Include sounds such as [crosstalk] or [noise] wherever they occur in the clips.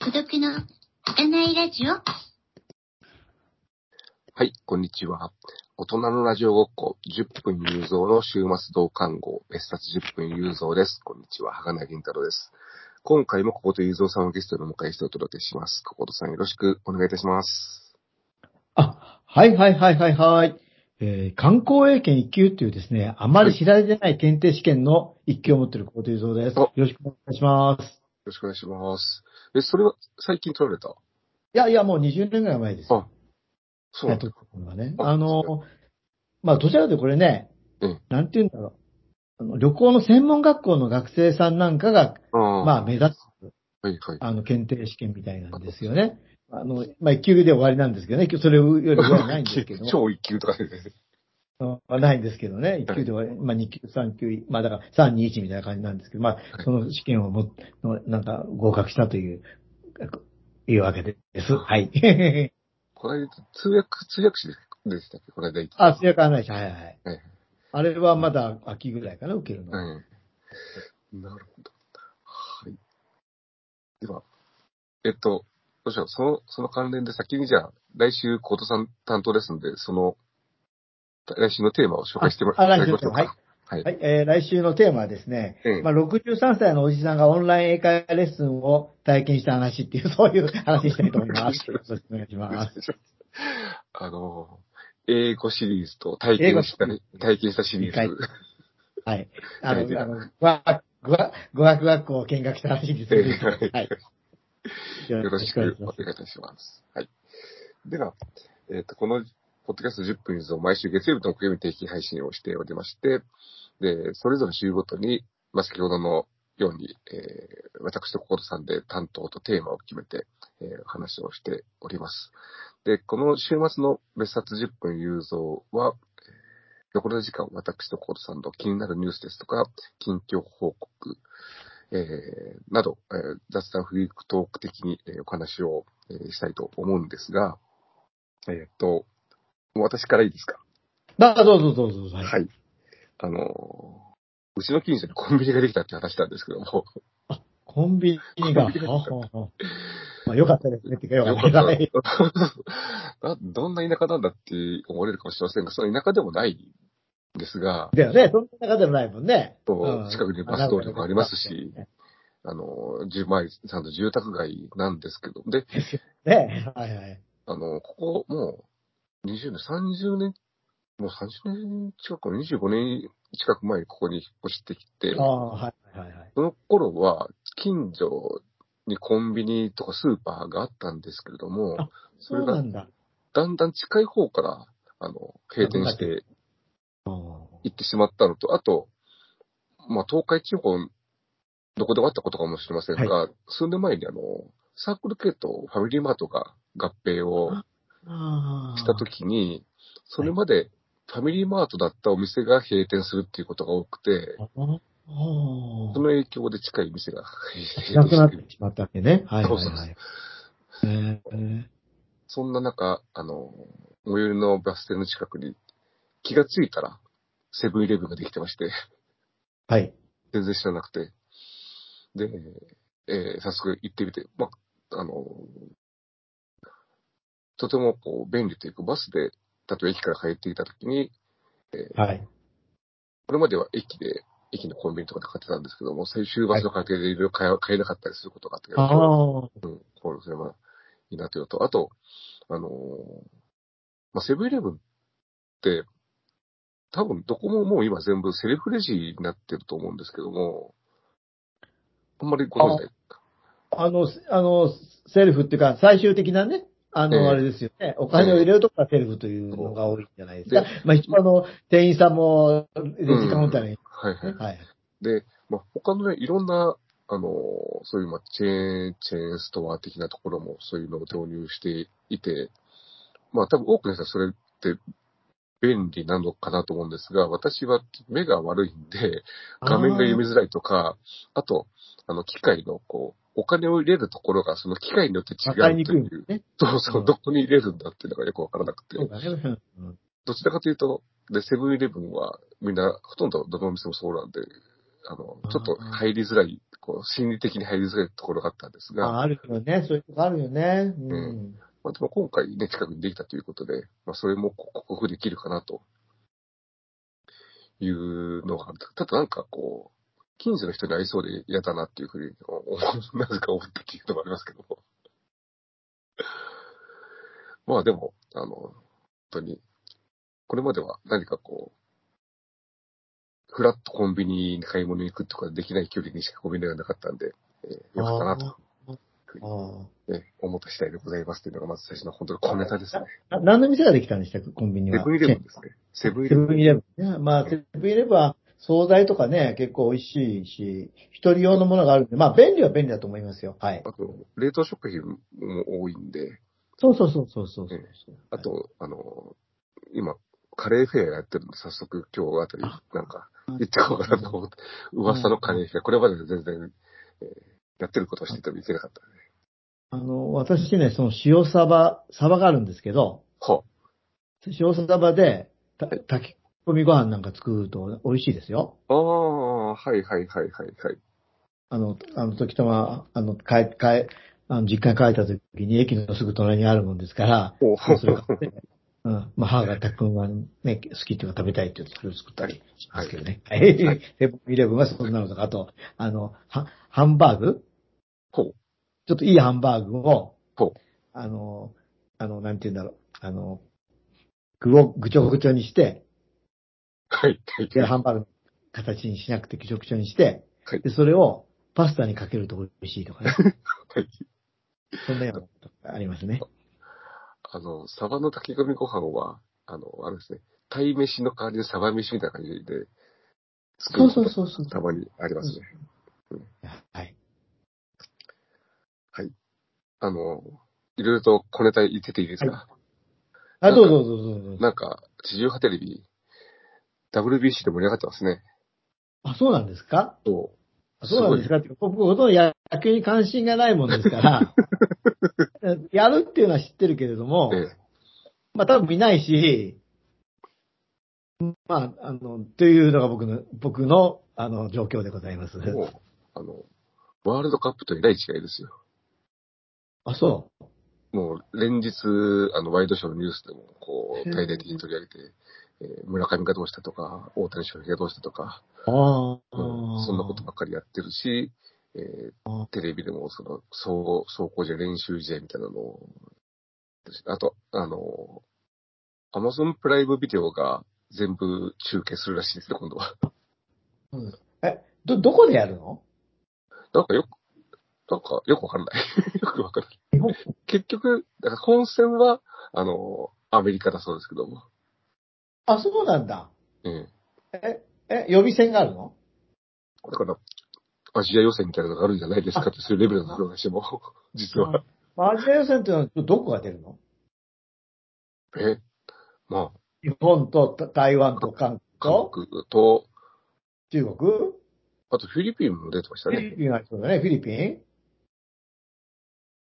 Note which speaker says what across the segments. Speaker 1: 孤独のつかないラジオ。
Speaker 2: はい、こんにちは。大人のラジオごっこ、10分有造の週末同感号、別冊10分有造です。こんにちは、鋼銀太郎です。今回もここと有造さんをゲストにお迎えしてお届けします。こことさんよろしくお願いいたします。
Speaker 3: あ、はいはいはいはいはい。えー観光英検1級っていうですね、あまり知られてない検定試験の1級を持ってる小手蔵です。
Speaker 2: お
Speaker 3: よろしくお願いします。
Speaker 2: よろしくお願いします。え、それは最近取られた
Speaker 3: いやいや、もう20年ぐらい前です。
Speaker 2: あ、そうなんだ。
Speaker 3: やっとったのがね。
Speaker 2: あ
Speaker 3: あの、まあ、どちらかというとこれね、
Speaker 2: うん
Speaker 3: なんて言うんだろう。あの旅行の専門学校の学生さんなんかが、
Speaker 2: あ
Speaker 3: まあ、目指す、
Speaker 2: あ、はいはい。
Speaker 3: あの、検定試験みたいなんですよね。あの、まあ、1級で終わりなんですけどね、それより上はないんですけ
Speaker 2: [laughs]
Speaker 3: ど。
Speaker 2: 超一級とかで、ね。
Speaker 3: はないんですけどね、1級では、まあ2級、3級、まあだから3、2、1みたいな感じなんですけど、まあ
Speaker 2: い
Speaker 3: その試験をもっ、のなんか合格したという、いうわけです。はい。 [laughs]
Speaker 2: この間、通訳、通訳士でしたっけこの間行った。
Speaker 3: あ、通訳案内者、はいはい
Speaker 2: はい。
Speaker 3: あれはまだ秋ぐらいかな、受けるのは。
Speaker 2: うん。なるほど。はい。では、えっと、どうしよう。その、その関連で先にじゃあ、来週、コートさん担当ですので、その、来週のテーマを紹介しても
Speaker 3: ああ
Speaker 2: らい
Speaker 3: 来週
Speaker 2: ま
Speaker 3: の
Speaker 2: しょう
Speaker 3: はい
Speaker 2: か。はい。
Speaker 3: はい、えー来週のテーマはですね、
Speaker 2: うん
Speaker 3: まあ63歳のおじさんがオンライン英会話レッスンを体験した話っていう、そういう話したいと思い [laughs] ます。よろしくお願いします。
Speaker 2: [laughs] あの、英語シリーズと体験した、
Speaker 3: 英語シリーズ
Speaker 2: 体験したシリー
Speaker 3: はい
Speaker 2: ズ。
Speaker 3: はい。あ
Speaker 2: 大事
Speaker 3: の、
Speaker 2: だ
Speaker 3: あの、語学、語学語学学校を見学したらしいですね。
Speaker 2: は
Speaker 3: はいい。
Speaker 2: よろしくお
Speaker 3: ます。
Speaker 2: 願いいたします。はい。では、えっ、と、この、ポッドキャスト10分以上、毎週月曜日と木曜日に定期配信をしておりまして、で、それぞれ週ごとに、まあ、先ほどのように、えー、私と心さんで担当とテーマを決めて、えー、お話をしております。で、この週末の別冊10分有造は、えー残りの時間、私と心さんの気になるニュースですとか、近況報告、えーなど、えー雑談フリークトーク的に、えーお話を、えーしたいと思うんですが、えーっと、私からいいですか
Speaker 3: だどうぞどうぞどうぞ。はい
Speaker 2: はい。あのーうちの近所にコンビニができたって話したんですけども、
Speaker 3: コンビニが、
Speaker 2: コンビニが
Speaker 3: はははまあ、よかったですね。ってか、よか
Speaker 2: よ
Speaker 3: っ
Speaker 2: か
Speaker 3: た
Speaker 2: っ
Speaker 3: です
Speaker 2: た
Speaker 3: は
Speaker 2: [laughs] な
Speaker 3: い。
Speaker 2: どんな田舎なんだって思われるかもしれませんが、その田舎でもないんですが、
Speaker 3: だよね。そんな中でもないもんね。
Speaker 2: そう
Speaker 3: うん
Speaker 2: 近くにバス通りとかありますし。あのー、10前さんの住宅街なんですけど、で、
Speaker 3: ね。はいはい。
Speaker 2: あの、ここもう20年、30年、もう30年近く、25年近く前にここに引っ越してきて
Speaker 3: あ、あ、はいはいはい。
Speaker 2: その頃は近所にコンビニとかスーパーがあったんですけれども
Speaker 3: あ、
Speaker 2: そ
Speaker 3: そ
Speaker 2: れ
Speaker 3: うな
Speaker 2: が
Speaker 3: んだ。
Speaker 2: だんだん近い方から、あの、閉店して
Speaker 3: うん
Speaker 2: 行ってしまったのと、あと、まあ、東海地方、どこでもあったことかもしれませんが、数年前にあの、サークル系とファミリーマートが合併を
Speaker 3: ああ。
Speaker 2: したときに、それまでファミリーマートだったお店が閉店するっていうことが多くて、
Speaker 3: ああ。
Speaker 2: その影響で近い店が閉
Speaker 3: なく
Speaker 2: 店
Speaker 3: なっ
Speaker 2: してる。
Speaker 3: てしまったわけね。はいはい
Speaker 2: そうそう
Speaker 3: は
Speaker 2: そ
Speaker 3: い。えー
Speaker 2: そんな中、あの、最寄りのバス停の近くに気がついたらセブンイレブンができてまして、
Speaker 3: はい。
Speaker 2: 全然知らなくて。で、えー早速行ってみて、まあ、あの、とてもこう便利というかバスで、例えば駅から帰ってきたときに、
Speaker 3: はい。
Speaker 2: これまでは駅で、駅のコンビニとかで買ってたんですけども、最終バスの過程でいろいろ買え買えなかったりすることがあったけど、
Speaker 3: ああ。
Speaker 2: うん、これそれはいいなというのと、あと、あのーまあ、セブンイレブンって、多分どこももう今全部セルフレジになってると思うんですけども、あんまりご存知ない。
Speaker 3: あの、せあの、セルフっていうか、最終的なね、あ
Speaker 2: ええ
Speaker 3: の、あれですよね、お金を入れるとこがセルフというのが多いんじゃないですか
Speaker 2: で。
Speaker 3: まあ一応あの、店員さんも、レジカウンターに、
Speaker 2: はいはい。
Speaker 3: はい。
Speaker 2: で、まあ、他のね、いろんな、あのー、そういう、まあ、チェーン、チェーンストア的なところも、そういうのを導入していて、まあ、多分多くの人はそれって便利なのかなと思うんですが、私は目が悪いんで、画面が読みづらいとか、あと、あの、機械の、こう、お金を入れるところがその機械によって違
Speaker 3: わかり
Speaker 2: う
Speaker 3: に
Speaker 2: と
Speaker 3: くい
Speaker 2: い
Speaker 3: んだ
Speaker 2: う、
Speaker 3: ね。
Speaker 2: そうそうう、
Speaker 3: ん
Speaker 2: どこに入れるんだっていうのがよくわからなくて
Speaker 3: そ、うだね。うん
Speaker 2: どちらかというと、で、セブンイレブンはみんな、ほとんどどのお店もそうなんで、あの、ちょっと入りづらい、こう、心理的に入りづらいところがあったんですが、
Speaker 3: ああるよね。そういうとこあるよね。う。
Speaker 2: うんまあ、でも今回ね、近くにできたということで、まあ、それもこ克服できるかなと。いうのが、ただなんかこう、近所の人に会いそうで嫌だなっていうふうに [laughs] お、おなぜか思ったっていうのもありますけども。 [laughs] まあでも、あの、本当に、これまでは何かこう、フラッとコンビニに買い物に行くとかできない距離にしかコンビニがなかったんで、えーよかったなと、
Speaker 3: あ
Speaker 2: ね、思った次第でございますっていうのがまず最初の本当に小ネタですね。
Speaker 3: あ。な何の店ができたんでしたっけコンビニ
Speaker 2: セ
Speaker 3: は。
Speaker 2: ブンイレブンですね。セブンイ
Speaker 3: セ
Speaker 2: レブン。
Speaker 3: ブンイレブンね。まあ、セブンイレブンは、惣菜とかね、結構美味しいし、一人用のものがあるんで、まあ、便利は便利だと思いますよ。はい。
Speaker 2: あと、冷凍食品も多いんで、
Speaker 3: そうそうそうそうそうそう
Speaker 2: え。あと、あの、今、カレーフェアやってるんで、早速今日あたり、なんか、行ってこうかなと思って、噂のカレーフェア、これまで全然、えーやってることをしてても行けなかったね。
Speaker 3: あの、私ね、その塩サバ、サバがあるんですけど、
Speaker 2: は
Speaker 3: 塩サバで、た炊き込みご飯なんか作ると美味しいですよ。
Speaker 2: ああ、はいはいはいはいはい。
Speaker 3: あの、あの時たま、あの、帰、帰、あの、実家に帰った時に駅のすぐ隣にあるもんですから、
Speaker 2: おう
Speaker 3: そうすればね [laughs] うん。まあ、母が炊くのがね、好きっていうか食べたいっていうと、それを作ったりしますけどね。はい。 [laughs]
Speaker 2: はい
Speaker 3: セブンイレブンはそんなのとか、あと、あの、は、ハンバーグ
Speaker 2: ほう。
Speaker 3: ちょっといいハンバーグを、
Speaker 2: ほう
Speaker 3: あの、あの、なんて言うんだろう。あの、具をぐちょぐちょにして、
Speaker 2: はいはい。
Speaker 3: で、ハンバーグの形にしなくてぐちょぐちょにして、
Speaker 2: はい
Speaker 3: で、それをパスタにかけると美味しいと [laughs] かね。
Speaker 2: はい
Speaker 3: そんなようなことがありますね。
Speaker 2: あの、サバの炊き込みご飯は、あの、あれですね、鯛飯の代わりにサバ飯みたいな感じで、作る
Speaker 3: そう
Speaker 2: こと
Speaker 3: そう
Speaker 2: が
Speaker 3: そうそう。
Speaker 2: たまにありますね。
Speaker 3: はい。
Speaker 2: あの、いろいろと小ネタ言ってていいですか、
Speaker 3: あ、どうぞどうぞどうぞ。
Speaker 2: なんか、地上波テレビ、WBC で盛り上がってますね。
Speaker 3: あ、そうなんですか
Speaker 2: そ
Speaker 3: あそうなんですかっていうか、僕ほとんど野球に関心がないもんで
Speaker 2: [laughs]
Speaker 3: すから、やるっていうのは知ってるけれども
Speaker 2: う。、え
Speaker 3: まあ多分見ないし、まあ、あの、というのが僕の、僕の、あの、状況でございます。
Speaker 2: えもう、あの、ワールドカップとえらい違いですよ。
Speaker 3: あ、そ
Speaker 2: もう、連日、あの、ワイドショーのニュースでも、こう、大々的に取り上げて、えー村上がどうしたとか、大谷翔平がどうしたとか、
Speaker 3: う。ああ
Speaker 2: うんそんなことばっかりやってるし、え
Speaker 3: あ
Speaker 2: ー、テレビでも、その、走走行試合、練習試合みたいなのを、あと、あの、アマゾンプライムビデオが全部中継するらしいですね、今度は。 [laughs]
Speaker 3: ど、どこでやるの
Speaker 2: なんかよく、なんかよくわからない。 [laughs] よくわからない。
Speaker 3: 日本
Speaker 2: 結局、だから本戦は、あの、アメリカだそうですけども。
Speaker 3: あ、そうなんだ。
Speaker 2: ええ
Speaker 3: え、え、予備選があるの
Speaker 2: だから、アジア予選みたいなのがあるんじゃないですかって、そういうレベルの話も、 [laughs] 実は。
Speaker 3: まあアジア予選っていうのはどこが出るの
Speaker 2: え、ま
Speaker 3: 日本とた台湾と韓国
Speaker 2: あ、韓
Speaker 3: と
Speaker 2: 国と、
Speaker 3: 中国
Speaker 2: あとフィリピンも出てました
Speaker 3: フィリ
Speaker 2: ね。
Speaker 3: ピンはそうだね、フィリピン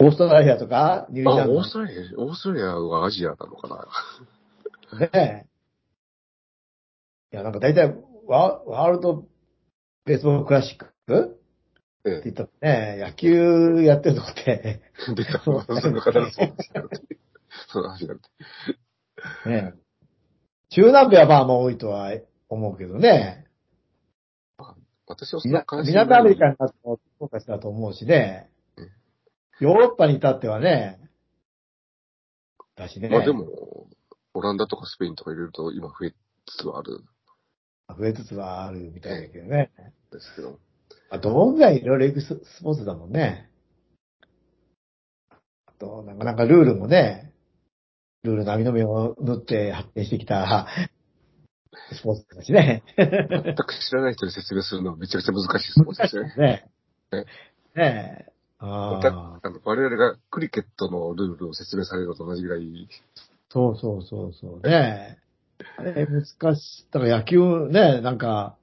Speaker 3: オーストラリアとかニュージーラ
Speaker 2: あ、
Speaker 3: ンド
Speaker 2: オーストラリア、オーストラリアはアジアなのかな。 [laughs]
Speaker 3: ねえ。いや、なんか大体ワ、ワールドベースボールクラシックっ
Speaker 2: え
Speaker 3: て言ったらね、野球やってるとこ
Speaker 2: [laughs]
Speaker 3: って、
Speaker 2: え、出た。その方そうですよ。その話なんて。
Speaker 3: ねえ、中南米はまあまあ多いとは思うけどね、
Speaker 2: 私はその
Speaker 3: 南
Speaker 2: 関心
Speaker 3: 南アメリカになってもそうかしだと思うしね
Speaker 2: うん、
Speaker 3: ヨーロッパに至ってはね、だしね、
Speaker 2: まあでも、オランダとかスペインとか入れると今増えつつはあるん
Speaker 3: 増えつつはあるみたいだけどね。
Speaker 2: ですけ [laughs] ど、
Speaker 3: あと、音楽いろいろ行くススポーツだもんね。あと、なんか、なんかルールもね、ルール並みの目を縫って発展してきたスポーツだしね。
Speaker 2: 全く知らない人に説明するのはめちゃくちゃ難しいスポーツですよね。
Speaker 3: ね
Speaker 2: え
Speaker 3: ねえ。
Speaker 2: だ
Speaker 3: ああ、
Speaker 2: あの我々がクリケットのルールを説明されるのと同じぐらい、
Speaker 3: そうそうそうそうね。あれ、難しい。だから野球ね、なんか、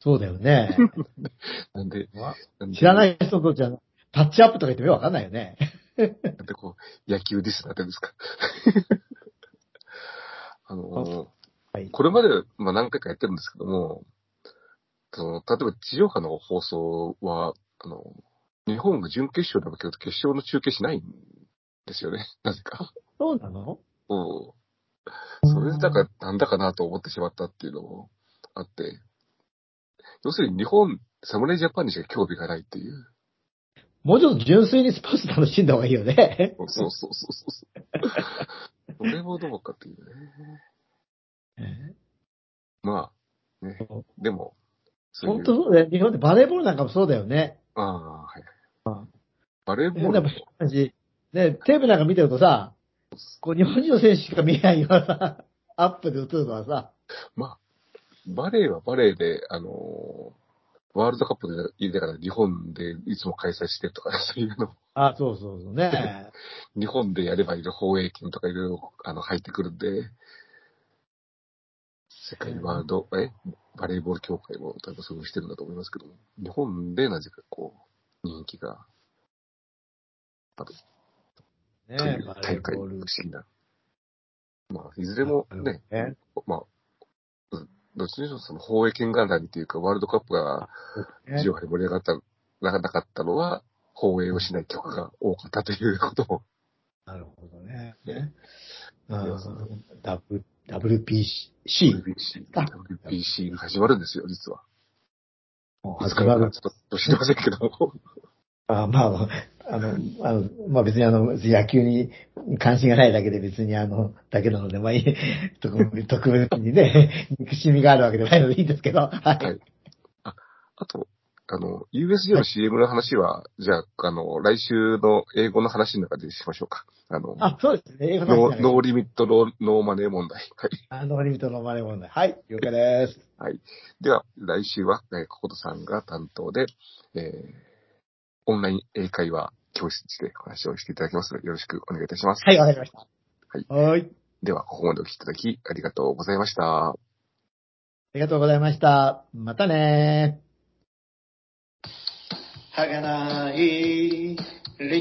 Speaker 3: そうだよね。
Speaker 2: [laughs] なんで、
Speaker 3: わ
Speaker 2: なんで
Speaker 3: 知らない人とじゃ、タッチアップとか言ってもよくわかんないよね。
Speaker 2: なんでこう、野球ディスになってるんですか [laughs] あの
Speaker 3: はい。
Speaker 2: これまで、まあ、何回かやってるんですけども、その、例えば地上波の放送は、あの、日本が準決勝で負けると決勝の中継しないんですよね。 [laughs] なぜか。
Speaker 3: そうなの
Speaker 2: うん。それでだから、なんだかなと思ってしまったっていうのもあって、要するに日本、侍ジャパンにしか興味がないっていう。
Speaker 3: もうちょっと純粋にスポーツ楽しんだ方がいいよね。
Speaker 2: そうそうそうそうそう。それもどうかっていうね。まあ、ね
Speaker 3: そ。
Speaker 2: でも、そういう。
Speaker 3: 本当そうだよ。日本でバレーボールなんかもそうだよね。
Speaker 2: ああ、はい。バレーボ
Speaker 3: 変
Speaker 2: ー
Speaker 3: な
Speaker 2: ルも、
Speaker 3: 感じ。ね、テレビなんか見てるとさ、こう日本人の選手しか見えないような [laughs] アップで映るのはさ、
Speaker 2: バレーはバレーで、あのーワールドカップで入れたから日本でいつも開催してとか、 [laughs] そういうの、
Speaker 3: あそうそうそうね。
Speaker 2: 日本でやればいる放映権とかいろいろあの入ってくるんで、世界ワールド、え、バレーボール協会も多分そうしてるんだと思いますけども、日本でなぜかこう、人気が、
Speaker 3: [laughs] ね
Speaker 2: という
Speaker 3: バレ
Speaker 2: 大
Speaker 3: ー
Speaker 2: 会、不
Speaker 3: ボー
Speaker 2: 思
Speaker 3: ル。
Speaker 2: 議な。まあ、いずれもね、
Speaker 3: ね。
Speaker 2: まあ、うんどっちにしろその放映権がなりっていうか、ワールドカップが地上波で盛り上がった、なかなかったのは、放映をしない曲が多かったということも、
Speaker 3: なるほどね。
Speaker 2: ね
Speaker 3: うん
Speaker 2: いやそ
Speaker 3: W- WPC
Speaker 2: WBC、
Speaker 3: あ
Speaker 2: WBC が始まるんですよ、実は。
Speaker 3: もう
Speaker 2: いつ
Speaker 3: 始
Speaker 2: か
Speaker 3: ま
Speaker 2: らか。
Speaker 3: る
Speaker 2: ちょっと知りませんけども。
Speaker 3: あまあ、あの、あのまあ別にあの、野球に関心がないだけで別にあの、だけなので、まあい [laughs] い、特別特別にね、憎しみがあるわけではないのでいいんですけど、はい。
Speaker 2: はいあと、あの、USJ の CM の話は、じゃあ、あの、来週の英語の話の中でしましょうか。あの、
Speaker 3: あ、そうですね。英語の
Speaker 2: ノ
Speaker 3: 話
Speaker 2: ー
Speaker 3: じゃない
Speaker 2: ノーリミットノーノーマネー問題。はい。
Speaker 3: あノーリミットのマネー問題。はい、了解です。
Speaker 2: では、来週は、えー、ココトさんが担当で、えー、オンライン英会話教室でお話をしていただきますので、よろしくお願いいたします。
Speaker 3: はい、わかりまし
Speaker 2: は
Speaker 3: た。
Speaker 2: い
Speaker 3: はい。
Speaker 2: では、ここまでお聞きいただき、ありがとうございました。
Speaker 3: ありがとうございました。またねはがない、り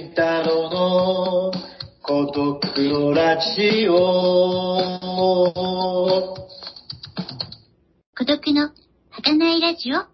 Speaker 3: んたろの孤独のラジオ。
Speaker 1: 孤独の儚いラジオ